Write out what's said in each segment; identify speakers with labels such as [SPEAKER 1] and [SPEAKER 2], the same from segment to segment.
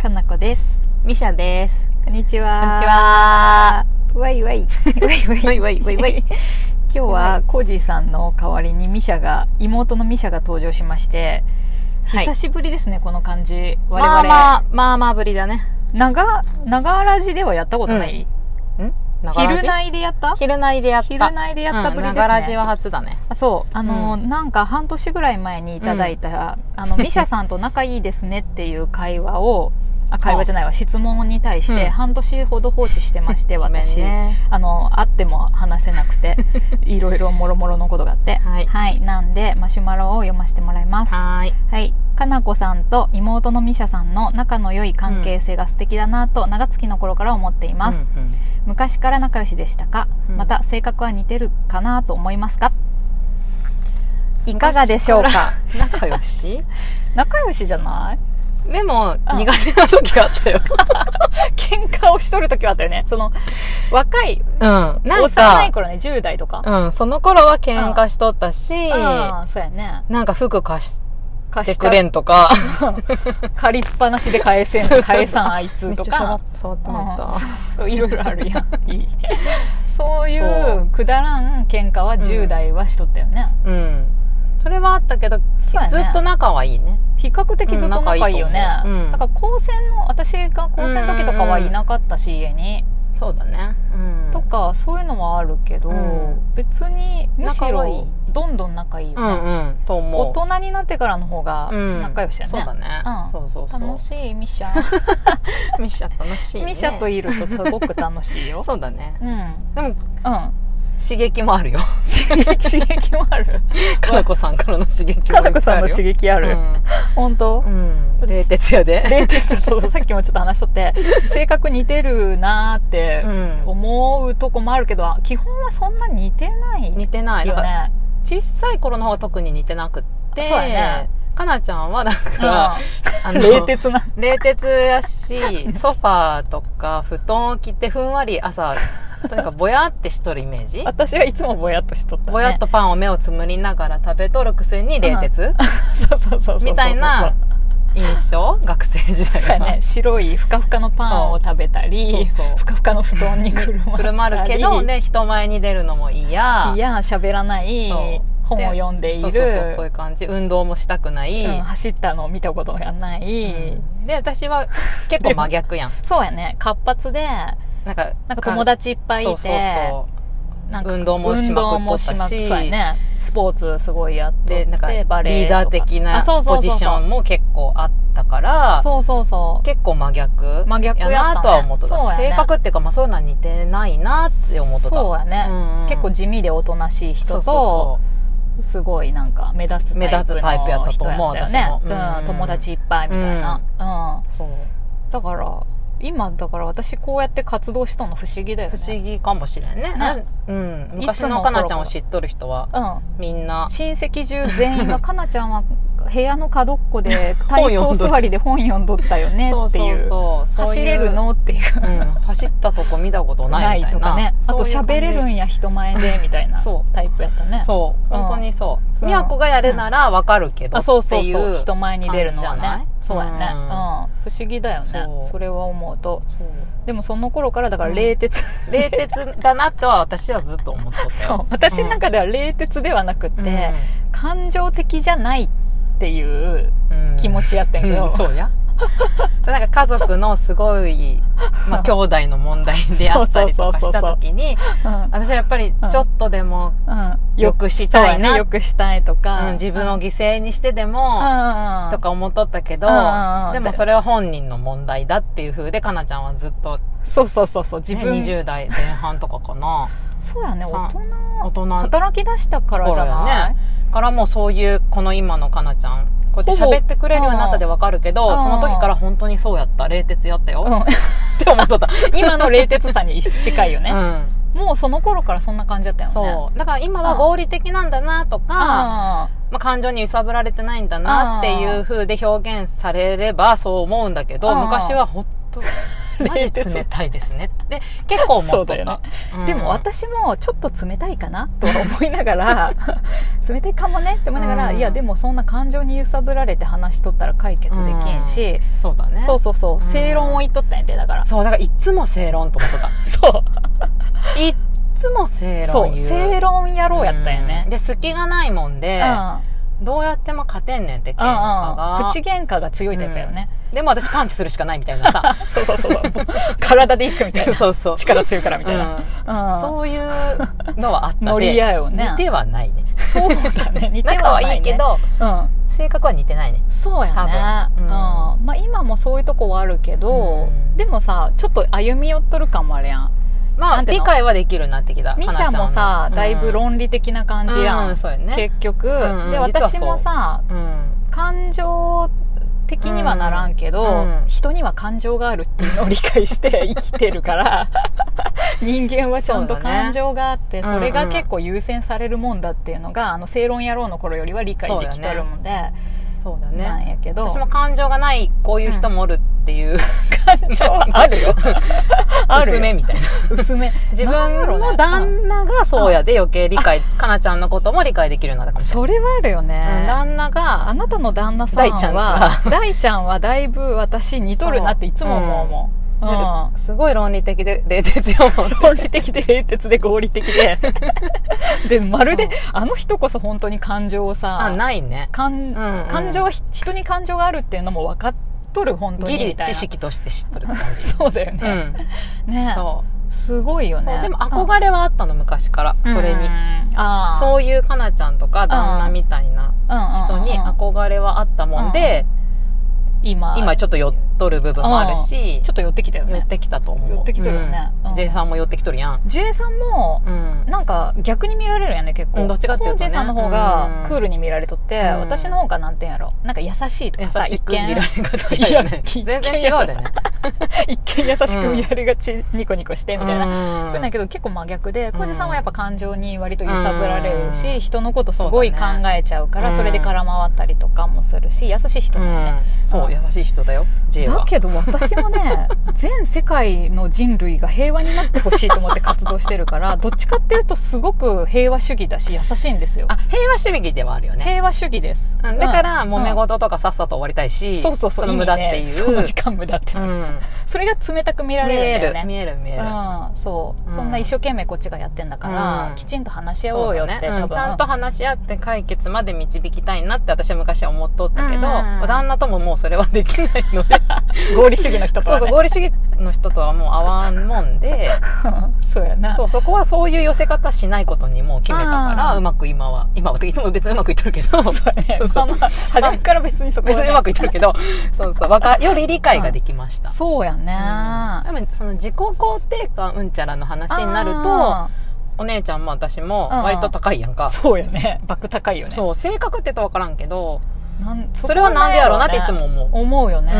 [SPEAKER 1] かなこです
[SPEAKER 2] ミシャです。
[SPEAKER 1] こんにちは
[SPEAKER 2] こんにち は。
[SPEAKER 1] わいわいわいわい
[SPEAKER 2] わいわいわいわい
[SPEAKER 1] 今日はコージーさんの代わりにミシャが妹のミシャが登場しまして
[SPEAKER 2] はい
[SPEAKER 1] 久しぶりですね、この感じ我々、
[SPEAKER 2] まあまあ、まあまあぶりだね。
[SPEAKER 1] 長長ラジではやったことない、昼
[SPEAKER 2] い。
[SPEAKER 1] 内でやった
[SPEAKER 2] 昼内でやった。
[SPEAKER 1] 昼内でやったぶりですね、
[SPEAKER 2] うん、長ラジは初だね。
[SPEAKER 1] あそうあの、
[SPEAKER 2] う
[SPEAKER 1] なんか半年ぐらい前にいただいた、あ のミシャさんと仲いいですねっていう会話をあ会話じゃないわ質問に対し
[SPEAKER 2] う
[SPEAKER 1] て
[SPEAKER 2] ん
[SPEAKER 1] 半年ほど放置してまして、
[SPEAKER 2] ごめん
[SPEAKER 1] 私、
[SPEAKER 2] ね。
[SPEAKER 1] あの会っても話せなく ていろいろもろもろのことがあって
[SPEAKER 2] はい
[SPEAKER 1] なんでマシュマロを読ませてもらいますは
[SPEAKER 2] はーい。
[SPEAKER 1] いかなこさんと妹のミシャさんの仲の良い関係性が素敵だなと長月の頃から思っています、
[SPEAKER 2] うんうん
[SPEAKER 1] 昔から仲良しでしたか、
[SPEAKER 2] うん
[SPEAKER 1] また性格は似てるかなと思いますかいかがでしょうか
[SPEAKER 2] 昔ら仲良し
[SPEAKER 1] 仲良しじゃない
[SPEAKER 2] でも、
[SPEAKER 1] うん
[SPEAKER 2] 苦手な時があったよ。
[SPEAKER 1] 喧嘩をしとる時はあったよねその若い
[SPEAKER 2] うん。なん
[SPEAKER 1] 幼い
[SPEAKER 2] か、
[SPEAKER 1] 頃ね10代とか、
[SPEAKER 2] うん、その頃は喧嘩しとったし、
[SPEAKER 1] ああそうやね
[SPEAKER 2] なんか服貸し
[SPEAKER 1] 貸
[SPEAKER 2] て
[SPEAKER 1] し
[SPEAKER 2] く
[SPEAKER 1] た
[SPEAKER 2] れんとか、
[SPEAKER 1] 借りっぱなしで返せん返さんあいつとか
[SPEAKER 2] 触ってて
[SPEAKER 1] も
[SPEAKER 2] も
[SPEAKER 1] ら
[SPEAKER 2] ら
[SPEAKER 1] っ
[SPEAKER 2] った。
[SPEAKER 1] いろいろあるやん いいそうい
[SPEAKER 2] そう
[SPEAKER 1] くだらん喧嘩は10代はしとったよね、
[SPEAKER 2] うん。それはあったけど、
[SPEAKER 1] そうやね
[SPEAKER 2] ずっと仲はいいね。
[SPEAKER 1] 比較的ずっと仲いいよね、
[SPEAKER 2] うん仲いいと思ううん
[SPEAKER 1] だから高専の私が高専の時とかはいなかったし、家に
[SPEAKER 2] そうだね。うん。
[SPEAKER 1] とかそういうのはあるけど、
[SPEAKER 2] うん
[SPEAKER 1] 別にむし
[SPEAKER 2] 仲はい
[SPEAKER 1] ろ
[SPEAKER 2] い
[SPEAKER 1] どんどん仲いいよ
[SPEAKER 2] う
[SPEAKER 1] ね、
[SPEAKER 2] んうん。と思う。
[SPEAKER 1] 大人になってからの方が
[SPEAKER 2] うん
[SPEAKER 1] 仲良しやね,、
[SPEAKER 2] そうだね、
[SPEAKER 1] うん
[SPEAKER 2] そうそうそう
[SPEAKER 1] 楽しいミシャ
[SPEAKER 2] ミシャ楽しい、ね、
[SPEAKER 1] ミシャといるとすごく楽しいよ
[SPEAKER 2] そうだね
[SPEAKER 1] うんうん
[SPEAKER 2] でも刺激もあ るよ
[SPEAKER 1] 刺激刺激もある
[SPEAKER 2] かなこさんからの刺激も
[SPEAKER 1] かなこさんの刺激あ
[SPEAKER 2] あ
[SPEAKER 1] る、本当
[SPEAKER 2] うん、うん、冷徹やで
[SPEAKER 1] 冷徹そうそうさっきもちょっと話しとって性格似てるなーって
[SPEAKER 2] うん
[SPEAKER 1] 思うとこもあるけど基本はそんな似てない
[SPEAKER 2] 似てないなん
[SPEAKER 1] よ
[SPEAKER 2] か
[SPEAKER 1] ね
[SPEAKER 2] 小さい頃の方は特に似てなくって
[SPEAKER 1] そうやね
[SPEAKER 2] かなちゃんはだから、あ
[SPEAKER 1] う
[SPEAKER 2] の
[SPEAKER 1] ん冷徹な
[SPEAKER 2] 冷徹やし ソファーとか布団を着てふんわ り朝とにかくぼやってしとるイメージ
[SPEAKER 1] 私はいつもぼやっとしとった、ね、
[SPEAKER 2] ぼやっとパンを目をつむりながら食べとるくせに冷徹、
[SPEAKER 1] そうそうそうそうそう
[SPEAKER 2] みたいな印象学生時
[SPEAKER 1] そう
[SPEAKER 2] 代
[SPEAKER 1] や
[SPEAKER 2] は
[SPEAKER 1] ね白いふかふかのパンを食べた
[SPEAKER 2] そう
[SPEAKER 1] り
[SPEAKER 2] そう
[SPEAKER 1] ふかふかの布団にくるまったり
[SPEAKER 2] くるまるけどね人前に出るのも嫌
[SPEAKER 1] いや喋らない
[SPEAKER 2] そう
[SPEAKER 1] 本を読んでいる
[SPEAKER 2] そうそうそうそういう感じ運動もしたくない、
[SPEAKER 1] うん走ったのを見たことがない、
[SPEAKER 2] うんで私は結構真逆やん
[SPEAKER 1] そうやね活発で
[SPEAKER 2] なんか
[SPEAKER 1] なんか友達いっぱいいて
[SPEAKER 2] そうそうそ
[SPEAKER 1] なんか
[SPEAKER 2] 運動もしまくっとったし
[SPEAKER 1] 運動もまくそうやねスポーツすごいやっ
[SPEAKER 2] う
[SPEAKER 1] て
[SPEAKER 2] でなんかリ
[SPEAKER 1] バレエ
[SPEAKER 2] ー
[SPEAKER 1] とか
[SPEAKER 2] ダー的な
[SPEAKER 1] あそうそう
[SPEAKER 2] ポ
[SPEAKER 1] そうそう
[SPEAKER 2] ジションも結構あったから
[SPEAKER 1] そうそうそう
[SPEAKER 2] 結構真逆
[SPEAKER 1] 真逆やったね
[SPEAKER 2] なとは思っとった、
[SPEAKER 1] そうやね
[SPEAKER 2] 性格っていうか、まあ、そういうのは似てないなって思っとった
[SPEAKER 1] そうやね、
[SPEAKER 2] うんうん
[SPEAKER 1] 結構地味でおとなしい人
[SPEAKER 2] そ
[SPEAKER 1] と
[SPEAKER 2] うそうそう
[SPEAKER 1] すごいなんか目立つタイプの人
[SPEAKER 2] 目立つタイプやったと思う
[SPEAKER 1] やったよね
[SPEAKER 2] 私もうん
[SPEAKER 1] うん、友達いっぱいみたいな、
[SPEAKER 2] そう
[SPEAKER 1] うんだから今だから私こうやって活動したの不思議だよ
[SPEAKER 2] 不
[SPEAKER 1] ね
[SPEAKER 2] 思議かもしれんね
[SPEAKER 1] ね
[SPEAKER 2] うん、
[SPEAKER 1] い
[SPEAKER 2] 昔
[SPEAKER 1] つの
[SPEAKER 2] の
[SPEAKER 1] 頃か
[SPEAKER 2] かなちゃんを知っとる人は
[SPEAKER 1] うん
[SPEAKER 2] みんな
[SPEAKER 1] 親戚中全員が「かなちゃんは部屋の角っこで体操座りで本読んどったよね」っていう
[SPEAKER 2] そうそうそうそう
[SPEAKER 1] 走
[SPEAKER 2] いう
[SPEAKER 1] れるのっていう
[SPEAKER 2] うん、走ったとこ見たこと
[SPEAKER 1] な
[SPEAKER 2] ないみ
[SPEAKER 1] い
[SPEAKER 2] たい
[SPEAKER 1] と
[SPEAKER 2] な
[SPEAKER 1] かねあと
[SPEAKER 2] そういう感じ
[SPEAKER 1] 喋れるんや人前でみたいな
[SPEAKER 2] そ
[SPEAKER 1] タイプやったね
[SPEAKER 2] そう
[SPEAKER 1] うん
[SPEAKER 2] 本当にそう
[SPEAKER 1] そう
[SPEAKER 2] 美和子がやるならわかるけど
[SPEAKER 1] あ
[SPEAKER 2] ってい
[SPEAKER 1] そううそうそう人前に出るのはね
[SPEAKER 2] 感じじ
[SPEAKER 1] そ
[SPEAKER 2] ゃ
[SPEAKER 1] う
[SPEAKER 2] な
[SPEAKER 1] や
[SPEAKER 2] い
[SPEAKER 1] ね、うん不思議だよね
[SPEAKER 2] そ
[SPEAKER 1] そうれは思うと
[SPEAKER 2] そう
[SPEAKER 1] でもその頃からだから冷徹、
[SPEAKER 2] 冷徹だなとは私はずっと思っとったよ
[SPEAKER 1] そう私の中では冷徹ではなくって、
[SPEAKER 2] うん
[SPEAKER 1] 感情的じゃないっていう
[SPEAKER 2] うん
[SPEAKER 1] 気持ちやってんけど、
[SPEAKER 2] うんそうやそうなんか家族のすごい、 まあ、兄弟の問題であったりとかした時に
[SPEAKER 1] うん
[SPEAKER 2] 私はやっぱりちょっとでも
[SPEAKER 1] うん
[SPEAKER 2] よ
[SPEAKER 1] よく
[SPEAKER 2] くし
[SPEAKER 1] そう
[SPEAKER 2] た
[SPEAKER 1] や
[SPEAKER 2] い
[SPEAKER 1] ね
[SPEAKER 2] な、
[SPEAKER 1] よくしたいとか、
[SPEAKER 2] うん、自分を
[SPEAKER 1] ギ
[SPEAKER 2] 犠牲にしてでも、とか思っとったけど、
[SPEAKER 1] うんうんうん
[SPEAKER 2] でもそれは本人の問題だっていう風でかなちゃんはずっと、ね、
[SPEAKER 1] そうそうそうそう自分、
[SPEAKER 2] 20代前半とかか な
[SPEAKER 1] そうやね
[SPEAKER 2] さん
[SPEAKER 1] 大人
[SPEAKER 2] 大人
[SPEAKER 1] 働き出したからじゃない、
[SPEAKER 2] からもうそういうこの今のかなちゃんこうやって喋ってくれるようになったでわかるけど、
[SPEAKER 1] うんうん
[SPEAKER 2] その時から本当にそうやった冷徹やったよ、
[SPEAKER 1] うん、
[SPEAKER 2] って思っ とった、
[SPEAKER 1] 今の冷徹さに近いよね、
[SPEAKER 2] うん
[SPEAKER 1] もうその頃からそんな感じだったよね
[SPEAKER 2] そうだから今は合理的なんだなとか、
[SPEAKER 1] あ
[SPEAKER 2] まあ、感情に揺さぶられてないんだなっていう風で表現されればそう思うんだけど、
[SPEAKER 1] うん
[SPEAKER 2] 昔は本当マジ冷たいですねで結構思っと
[SPEAKER 1] そうだ
[SPEAKER 2] っ
[SPEAKER 1] よね
[SPEAKER 2] た、うん
[SPEAKER 1] でも私もちょっと冷たいかなとは思いなが ら冷たいかもねって思いながら、
[SPEAKER 2] うん
[SPEAKER 1] いやでもそんな感情に揺さぶられて話しとったら解決できんし、
[SPEAKER 2] そうだね
[SPEAKER 1] そうそうそう、
[SPEAKER 2] ん
[SPEAKER 1] 正論を言っとったんやてだから
[SPEAKER 2] そうだからいっつも正論と思っ てた
[SPEAKER 1] そう
[SPEAKER 2] いっつも正
[SPEAKER 1] そ
[SPEAKER 2] 論
[SPEAKER 1] う
[SPEAKER 2] 言う
[SPEAKER 1] 正論野郎やったよね
[SPEAKER 2] うん、で隙がないもんで、どうやっても勝てんねんって喧嘩
[SPEAKER 1] うんうんうん
[SPEAKER 2] が
[SPEAKER 1] 口喧嘩が強いタイプやよね、
[SPEAKER 2] でも私パンチするしかないみたいなさ
[SPEAKER 1] そうそうそうもう体でいくみたいな
[SPEAKER 2] そうそう
[SPEAKER 1] 力強いからみたいな、
[SPEAKER 2] うん
[SPEAKER 1] うん
[SPEAKER 2] そういうのはあった
[SPEAKER 1] 乗り合いをね
[SPEAKER 2] 似てはないね
[SPEAKER 1] そうだね似て
[SPEAKER 2] 仲
[SPEAKER 1] はな、
[SPEAKER 2] はいいい
[SPEAKER 1] ね、
[SPEAKER 2] けど
[SPEAKER 1] うん
[SPEAKER 2] 性格は似てないね
[SPEAKER 1] そうやね、
[SPEAKER 2] 多
[SPEAKER 1] う
[SPEAKER 2] 分
[SPEAKER 1] ん
[SPEAKER 2] うん
[SPEAKER 1] まあ、今もそういうとこはあるけど、
[SPEAKER 2] うん
[SPEAKER 1] でもさちょっと歩み寄っとる感もあるやん
[SPEAKER 2] ま
[SPEAKER 1] な
[SPEAKER 2] あ
[SPEAKER 1] んていう
[SPEAKER 2] 理
[SPEAKER 1] の
[SPEAKER 2] 解はできるようになってきた
[SPEAKER 1] ミシ
[SPEAKER 2] かな
[SPEAKER 1] ャ
[SPEAKER 2] ちゃん
[SPEAKER 1] も
[SPEAKER 2] の
[SPEAKER 1] さ、
[SPEAKER 2] うん
[SPEAKER 1] だいぶ論理的な感じやん、
[SPEAKER 2] うんそうやね
[SPEAKER 1] 結局、
[SPEAKER 2] んうん
[SPEAKER 1] で
[SPEAKER 2] 実は
[SPEAKER 1] 私
[SPEAKER 2] そう
[SPEAKER 1] もさ
[SPEAKER 2] うん
[SPEAKER 1] 感情的にはならんけど、
[SPEAKER 2] うん
[SPEAKER 1] 人には感情があるっていうのを理解して 生きてるから人間はちゃんと
[SPEAKER 2] そうだね
[SPEAKER 1] 感情があって
[SPEAKER 2] う
[SPEAKER 1] そ,、
[SPEAKER 2] んうん
[SPEAKER 1] れが結構優先されるもんだっていうのがあの正論野郎の頃よりは理解できとるもんで、
[SPEAKER 2] そうだ
[SPEAKER 1] なん
[SPEAKER 2] ね
[SPEAKER 1] やけど
[SPEAKER 2] 私も感情がないこういう人もおるっていう、
[SPEAKER 1] 感情はあるよあるよ
[SPEAKER 2] 娘みたいな
[SPEAKER 1] 薄め
[SPEAKER 2] 自
[SPEAKER 1] なんや
[SPEAKER 2] 分
[SPEAKER 1] ろね
[SPEAKER 2] の旦那がそうやで余計理解かなちゃんのことも理解できるようになったかもしれ
[SPEAKER 1] それはあるよ
[SPEAKER 2] ない、うん
[SPEAKER 1] ね、
[SPEAKER 2] 旦那
[SPEAKER 1] あ
[SPEAKER 2] が
[SPEAKER 1] なたの旦那さん
[SPEAKER 2] 大ちゃん
[SPEAKER 1] は
[SPEAKER 2] が
[SPEAKER 1] 大ちゃんはだいぶ私似とるなっていつも思うもん、うん
[SPEAKER 2] すごい論理的で冷徹よ
[SPEAKER 1] 論理的で冷徹で合理的ででまるであの人こそ本当に感情をさ
[SPEAKER 2] あないね
[SPEAKER 1] 感
[SPEAKER 2] うんうん
[SPEAKER 1] 感情はひ人に感情があるっていうのも分かっとる本当に
[SPEAKER 2] ギ
[SPEAKER 1] み
[SPEAKER 2] リ
[SPEAKER 1] たいな
[SPEAKER 2] 知識として知っとるって感じ、
[SPEAKER 1] そうだよ
[SPEAKER 2] う
[SPEAKER 1] ね、
[SPEAKER 2] ん、
[SPEAKER 1] ね
[SPEAKER 2] そ
[SPEAKER 1] すごいうよね
[SPEAKER 2] そうでも憧れはあったの昔から
[SPEAKER 1] うん
[SPEAKER 2] それに
[SPEAKER 1] うんああ
[SPEAKER 2] そういうかなちゃんとか旦那みたいな人に
[SPEAKER 1] うんうんうん
[SPEAKER 2] 憧れはあったもんで
[SPEAKER 1] 今
[SPEAKER 2] 今ちょっと寄っとる部分もあるし
[SPEAKER 1] ちょっと寄ってきたよ
[SPEAKER 2] 寄
[SPEAKER 1] ね
[SPEAKER 2] ってきたと思う
[SPEAKER 1] 寄ってきてるよね
[SPEAKER 2] うん
[SPEAKER 1] うん
[SPEAKER 2] J さんも寄ってきとるやん
[SPEAKER 1] J さんも
[SPEAKER 2] うん
[SPEAKER 1] なんか逆に見られるよね結
[SPEAKER 2] う
[SPEAKER 1] 構
[SPEAKER 2] んどっちかっていうと
[SPEAKER 1] コー
[SPEAKER 2] ね
[SPEAKER 1] ジェさんの方
[SPEAKER 2] う
[SPEAKER 1] が
[SPEAKER 2] ん
[SPEAKER 1] クールに見られとって、
[SPEAKER 2] うん
[SPEAKER 1] 私の方がなんて言うんやろなんか優しいと
[SPEAKER 2] 優
[SPEAKER 1] かさ
[SPEAKER 2] しく
[SPEAKER 1] 一
[SPEAKER 2] 見られ
[SPEAKER 1] 見
[SPEAKER 2] がちだよね
[SPEAKER 1] いや
[SPEAKER 2] 全然違うだよね
[SPEAKER 1] 一見優しく見られがち、ニコニコしてみたいな、
[SPEAKER 2] な
[SPEAKER 1] だけど結構真逆で
[SPEAKER 2] ん
[SPEAKER 1] 浩二さんはやっぱ感情に割と揺さぶられるし、
[SPEAKER 2] うん
[SPEAKER 1] 人のことすごい
[SPEAKER 2] そ
[SPEAKER 1] 考
[SPEAKER 2] うだね
[SPEAKER 1] えちゃうから
[SPEAKER 2] うん
[SPEAKER 1] それで空回ったりとかもするし優しい人だよね、
[SPEAKER 2] うんそううん優しい人だよ J は
[SPEAKER 1] だけど私も ね全世界の人類が平和になってほしいと思って活動してるからどっちかっていうとすごく平和主義だし優しいんですよ
[SPEAKER 2] あ平和主義ではあるよね
[SPEAKER 1] 平和主義です
[SPEAKER 2] うんだから
[SPEAKER 1] うん
[SPEAKER 2] 揉め事とかさっさと終わりたいし
[SPEAKER 1] そうそうそう
[SPEAKER 2] の無駄ってい
[SPEAKER 1] 意味ねその
[SPEAKER 2] う
[SPEAKER 1] 時間無駄って、
[SPEAKER 2] うん
[SPEAKER 1] それが冷たく見ら
[SPEAKER 2] 見
[SPEAKER 1] れる
[SPEAKER 2] え
[SPEAKER 1] ん
[SPEAKER 2] る
[SPEAKER 1] だよ
[SPEAKER 2] 見
[SPEAKER 1] ね
[SPEAKER 2] える見え
[SPEAKER 1] う
[SPEAKER 2] る
[SPEAKER 1] ん、そう、
[SPEAKER 2] うん
[SPEAKER 1] そんな一生懸命こっちがやってんだから、
[SPEAKER 2] うん
[SPEAKER 1] きちんと話し合おうよって、
[SPEAKER 2] そだね
[SPEAKER 1] 多
[SPEAKER 2] う
[SPEAKER 1] 分
[SPEAKER 2] んちゃんと話し合って解決まで導きたいなって私は昔は思っとったけど、
[SPEAKER 1] うんうん
[SPEAKER 2] 旦那とも もうそれはできないので
[SPEAKER 1] 合理主義の人と
[SPEAKER 2] そう
[SPEAKER 1] は、ね、
[SPEAKER 2] そう合理主義の人とはもう合わんもんで
[SPEAKER 1] そうやな
[SPEAKER 2] そうそこはそういう寄せ方しないことにもう決めたから
[SPEAKER 1] あー
[SPEAKER 2] うまく今は今はっていつも別にうまくいっとるけど
[SPEAKER 1] そうやね
[SPEAKER 2] そうそう
[SPEAKER 1] まあまあ初めから別にそこは
[SPEAKER 2] 別
[SPEAKER 1] ね、
[SPEAKER 2] にうまくいっとるけどそうそうわかより理解ができました。
[SPEAKER 1] そうやね、
[SPEAKER 2] うんでもその自己肯定感うんちゃらの話になると
[SPEAKER 1] あ
[SPEAKER 2] お姉ちゃんも私も
[SPEAKER 1] うんうん
[SPEAKER 2] 割と高いやん
[SPEAKER 1] ー
[SPEAKER 2] か、
[SPEAKER 1] そうやねバック高いよね
[SPEAKER 2] そう性格って言うと分からんけど
[SPEAKER 1] なん
[SPEAKER 2] それはなんでやろうなっていつも思う
[SPEAKER 1] 思うよね、
[SPEAKER 2] う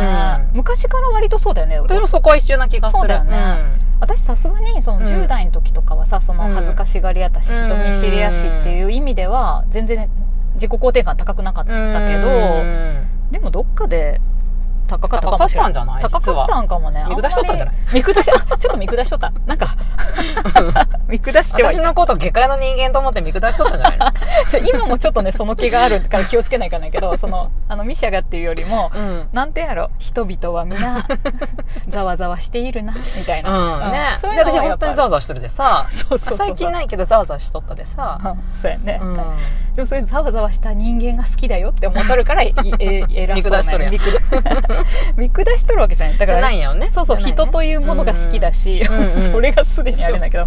[SPEAKER 2] ん
[SPEAKER 1] 昔から割とそうだよね
[SPEAKER 2] 私もそこは一緒な気がする
[SPEAKER 1] そうだよね私さすがにその
[SPEAKER 2] うん
[SPEAKER 1] 10代の時とかはさ、その恥ずかしがり屋だし
[SPEAKER 2] うん
[SPEAKER 1] 人見知りやしっていう意味では全然自己肯定感高くなかった
[SPEAKER 2] うん
[SPEAKER 1] けど、
[SPEAKER 2] うん
[SPEAKER 1] でもどっかで高かったかもしれない
[SPEAKER 2] 高かったんじゃない
[SPEAKER 1] 高かったんかもね
[SPEAKER 2] 実は見下しとったんじゃない
[SPEAKER 1] あまり見下しあちょっと見下しと ったなんか見下してはい
[SPEAKER 2] 私
[SPEAKER 1] た
[SPEAKER 2] のこと下界の人間と思って見下しとったんじゃない
[SPEAKER 1] 今もちょっとねその気があるから気をつけないかないけ どそのあのミシャがっていうよりも
[SPEAKER 2] のうん
[SPEAKER 1] なんてやろ人々は 皆ざわざわしているなみたいな、
[SPEAKER 2] うんね
[SPEAKER 1] そうい
[SPEAKER 2] で
[SPEAKER 1] うの
[SPEAKER 2] 私
[SPEAKER 1] はや
[SPEAKER 2] 本
[SPEAKER 1] っぱ
[SPEAKER 2] 当にざわざわしてるでさ
[SPEAKER 1] そうそうそう
[SPEAKER 2] 最近ないけどざわざわしとったでさ、
[SPEAKER 1] うんそうやね、
[SPEAKER 2] うん
[SPEAKER 1] でもそういうざわざわした人間が好きだよって思っとるからいえ偉そうな
[SPEAKER 2] 見
[SPEAKER 1] 見下 見下しとるわけじゃないだ
[SPEAKER 2] じ
[SPEAKER 1] か
[SPEAKER 2] ゃ
[SPEAKER 1] ら
[SPEAKER 2] ないんやよね
[SPEAKER 1] そうそう、
[SPEAKER 2] じゃないね
[SPEAKER 1] 人というものが好きだし、
[SPEAKER 2] うんうんうんうん
[SPEAKER 1] それがすでにあれだけど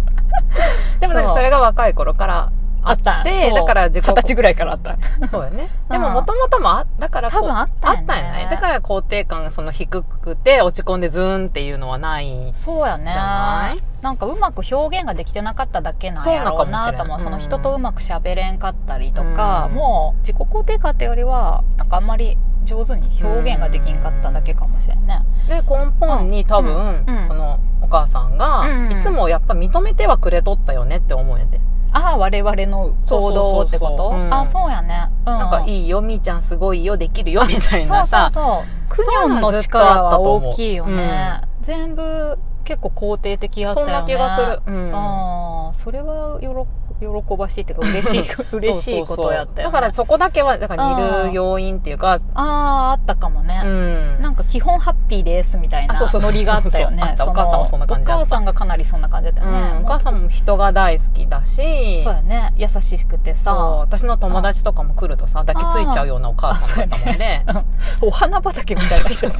[SPEAKER 2] でもなんかそれが若い頃から
[SPEAKER 1] あった
[SPEAKER 2] で
[SPEAKER 1] そう
[SPEAKER 2] だから自己
[SPEAKER 1] 二十 歳ぐらいからあった
[SPEAKER 2] そうよね
[SPEAKER 1] うん
[SPEAKER 2] でももともともあだからこう
[SPEAKER 1] 多分あった
[SPEAKER 2] あ
[SPEAKER 1] よね
[SPEAKER 2] ったんやないだから肯定感がその低くて落ち込んでズーンっていうのはない
[SPEAKER 1] そうやね
[SPEAKER 2] じゃない
[SPEAKER 1] なんかうまく表現ができてなかっただけなんやろうなと思う
[SPEAKER 2] そ
[SPEAKER 1] そ
[SPEAKER 2] うな
[SPEAKER 1] の
[SPEAKER 2] のかもしれん
[SPEAKER 1] 人とうまくしゃべれんかったりとか、
[SPEAKER 2] うん
[SPEAKER 1] もう自己肯定感ってよりはなんかあんまり上手に表現ができんかっただけかもしれんね、
[SPEAKER 2] で根本に多分、
[SPEAKER 1] うんうん
[SPEAKER 2] そのお母さん
[SPEAKER 1] うん
[SPEAKER 2] が
[SPEAKER 1] うん
[SPEAKER 2] いつもやっぱ認めてはくれとったよねって思うんやで、
[SPEAKER 1] ああ我々の行動をってこと
[SPEAKER 2] そうそうそううん
[SPEAKER 1] ああそうやね、うん、
[SPEAKER 2] なんかいいよみーちゃんすごいよできるよみたい
[SPEAKER 1] そう
[SPEAKER 2] な
[SPEAKER 1] そう
[SPEAKER 2] さ
[SPEAKER 1] そうクニョンの力は大きいよね、全部結構肯定的やった
[SPEAKER 2] そ
[SPEAKER 1] よ
[SPEAKER 2] ん
[SPEAKER 1] ね
[SPEAKER 2] な気がする、うん
[SPEAKER 1] ああそれはよろ喜ばしいっていうか嬉しい 嬉しいことやったよ、ね、
[SPEAKER 2] そうそうそうだからそこだけはだから似る要因っていうか
[SPEAKER 1] あああったかもね、
[SPEAKER 2] うん
[SPEAKER 1] なんか基本ハッピーですみたいな
[SPEAKER 2] あそうそうそう
[SPEAKER 1] ノリがあったよね
[SPEAKER 2] そうそうあった
[SPEAKER 1] の
[SPEAKER 2] お母さんもそんな感じ
[SPEAKER 1] お
[SPEAKER 2] だった
[SPEAKER 1] 母さんがかなりそんな感じだった
[SPEAKER 2] う
[SPEAKER 1] よね、
[SPEAKER 2] んお母さんも人が大好きだし
[SPEAKER 1] そうやね優しくて
[SPEAKER 2] そう
[SPEAKER 1] さ
[SPEAKER 2] 私の友達とかも来るとさ抱きついちゃうようなお母さんだったもんね
[SPEAKER 1] お花畑みたいな人 ね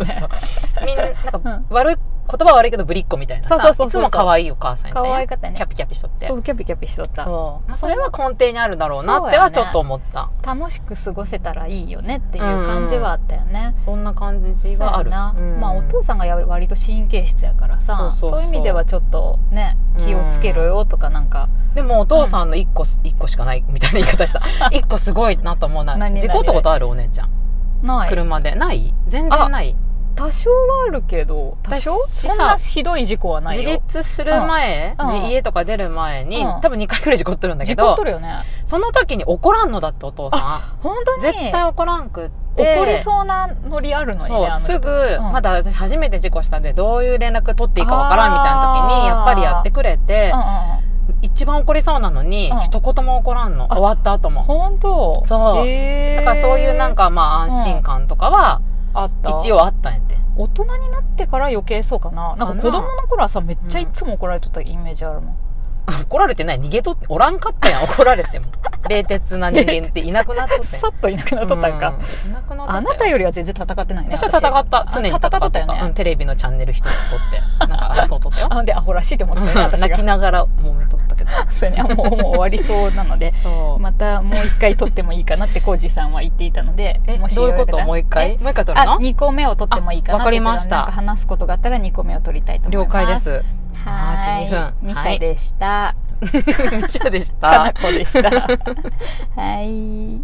[SPEAKER 2] みんななん
[SPEAKER 1] う
[SPEAKER 2] か
[SPEAKER 1] ん
[SPEAKER 2] 悪い言葉悪いけどぶりっ子みたいな
[SPEAKER 1] そ
[SPEAKER 2] さ
[SPEAKER 1] うそうそうそう
[SPEAKER 2] いつも可愛いお母さんや
[SPEAKER 1] 可
[SPEAKER 2] った
[SPEAKER 1] 愛
[SPEAKER 2] ね
[SPEAKER 1] かったね
[SPEAKER 2] キャピキャピしとって
[SPEAKER 1] そうキャピキャピしとった
[SPEAKER 2] そうまあそれは根底にあるだろうなって
[SPEAKER 1] そうや
[SPEAKER 2] は
[SPEAKER 1] ね
[SPEAKER 2] ちょっと思った
[SPEAKER 1] 楽しく過ごせたらいいよねっていう感じはあったよね、
[SPEAKER 2] そんな感じはあ
[SPEAKER 1] そう
[SPEAKER 2] る
[SPEAKER 1] やな
[SPEAKER 2] うん
[SPEAKER 1] まあお父さんがや割と神経質やからさ
[SPEAKER 2] そうそうそう
[SPEAKER 1] いう意味ではちょっとね気をつけろよとかなんか、
[SPEAKER 2] でもお父さんの1個す、一個しかないみたいな言い 方した。1個すごいなと思うな。
[SPEAKER 1] 何
[SPEAKER 2] 事故ったことあるお姉ちゃん。
[SPEAKER 1] ない
[SPEAKER 2] 車で。ない全然ない。
[SPEAKER 1] 多少はあるけど多少
[SPEAKER 2] 私
[SPEAKER 1] そんなひどい事故はない
[SPEAKER 2] 自
[SPEAKER 1] よ
[SPEAKER 2] 立する前、
[SPEAKER 1] うん
[SPEAKER 2] じ
[SPEAKER 1] うん
[SPEAKER 2] 家とか出る前に、
[SPEAKER 1] うん
[SPEAKER 2] 多分2回くらい事故ってるんだけ
[SPEAKER 1] 事故っと
[SPEAKER 2] ど、
[SPEAKER 1] るよね
[SPEAKER 2] その時に怒らんのだってお父さ
[SPEAKER 1] 本当
[SPEAKER 2] ん。
[SPEAKER 1] に
[SPEAKER 2] 絶対怒らんくって。
[SPEAKER 1] 怒りそうなノリあるのにね
[SPEAKER 2] そう
[SPEAKER 1] あの人
[SPEAKER 2] すぐ、
[SPEAKER 1] ん
[SPEAKER 2] まだ私初めて事故したんで、どういう連絡取っていいかわからんみたいな時に、
[SPEAKER 1] あー
[SPEAKER 2] やっぱりやってくれて、
[SPEAKER 1] うん
[SPEAKER 2] 一番怒りそうなのに、
[SPEAKER 1] うん
[SPEAKER 2] 一言も怒らんの。
[SPEAKER 1] あ
[SPEAKER 2] 終わった後
[SPEAKER 1] うん
[SPEAKER 2] も。
[SPEAKER 1] 本当
[SPEAKER 2] そう
[SPEAKER 1] へー
[SPEAKER 2] だからそういうなんかまあ安心感とかは、
[SPEAKER 1] あった
[SPEAKER 2] 一応あったんやって。
[SPEAKER 1] 大人になってから余計そうかななんか子供の頃はさめっちゃいつも怒られとったイメージあるもん、
[SPEAKER 2] あ怒られてない逃げとっておらんかったやん怒られても冷徹な人間っていなくなっとったや
[SPEAKER 1] さっといなくなっとったんか、
[SPEAKER 2] うんいなくなっとったよ
[SPEAKER 1] あなたよりは全然戦ってないね
[SPEAKER 2] 私は戦った常に戦っ
[SPEAKER 1] あ戦っと
[SPEAKER 2] と
[SPEAKER 1] っ
[SPEAKER 2] ったた
[SPEAKER 1] よ
[SPEAKER 2] よ、
[SPEAKER 1] ね
[SPEAKER 2] ねテレビのチャンネル一つ取ってなんか争うとったよ
[SPEAKER 1] あでアホらしいって思ってた よね私が
[SPEAKER 2] 泣きながら揉めとったけど
[SPEAKER 1] そうねもうもう終わりそうなので
[SPEAKER 2] そう、
[SPEAKER 1] またもう一回撮ってもいいかなってコージさんは言っていたので
[SPEAKER 2] え
[SPEAKER 1] もし
[SPEAKER 2] どういうこ
[SPEAKER 1] よろし
[SPEAKER 2] と
[SPEAKER 1] ければ
[SPEAKER 2] もう一回
[SPEAKER 1] え
[SPEAKER 2] もう一回取る
[SPEAKER 1] あ
[SPEAKER 2] の
[SPEAKER 1] 2個目を撮ってもいいかな
[SPEAKER 2] あわかりました
[SPEAKER 1] なんか話すことがあったら2個目を撮りたいと思います
[SPEAKER 2] 了解です
[SPEAKER 1] は
[SPEAKER 2] あー12
[SPEAKER 1] ーい
[SPEAKER 2] 分
[SPEAKER 1] ミシャでした、
[SPEAKER 2] むちゃでし
[SPEAKER 1] かな
[SPEAKER 2] た
[SPEAKER 1] こでしたはい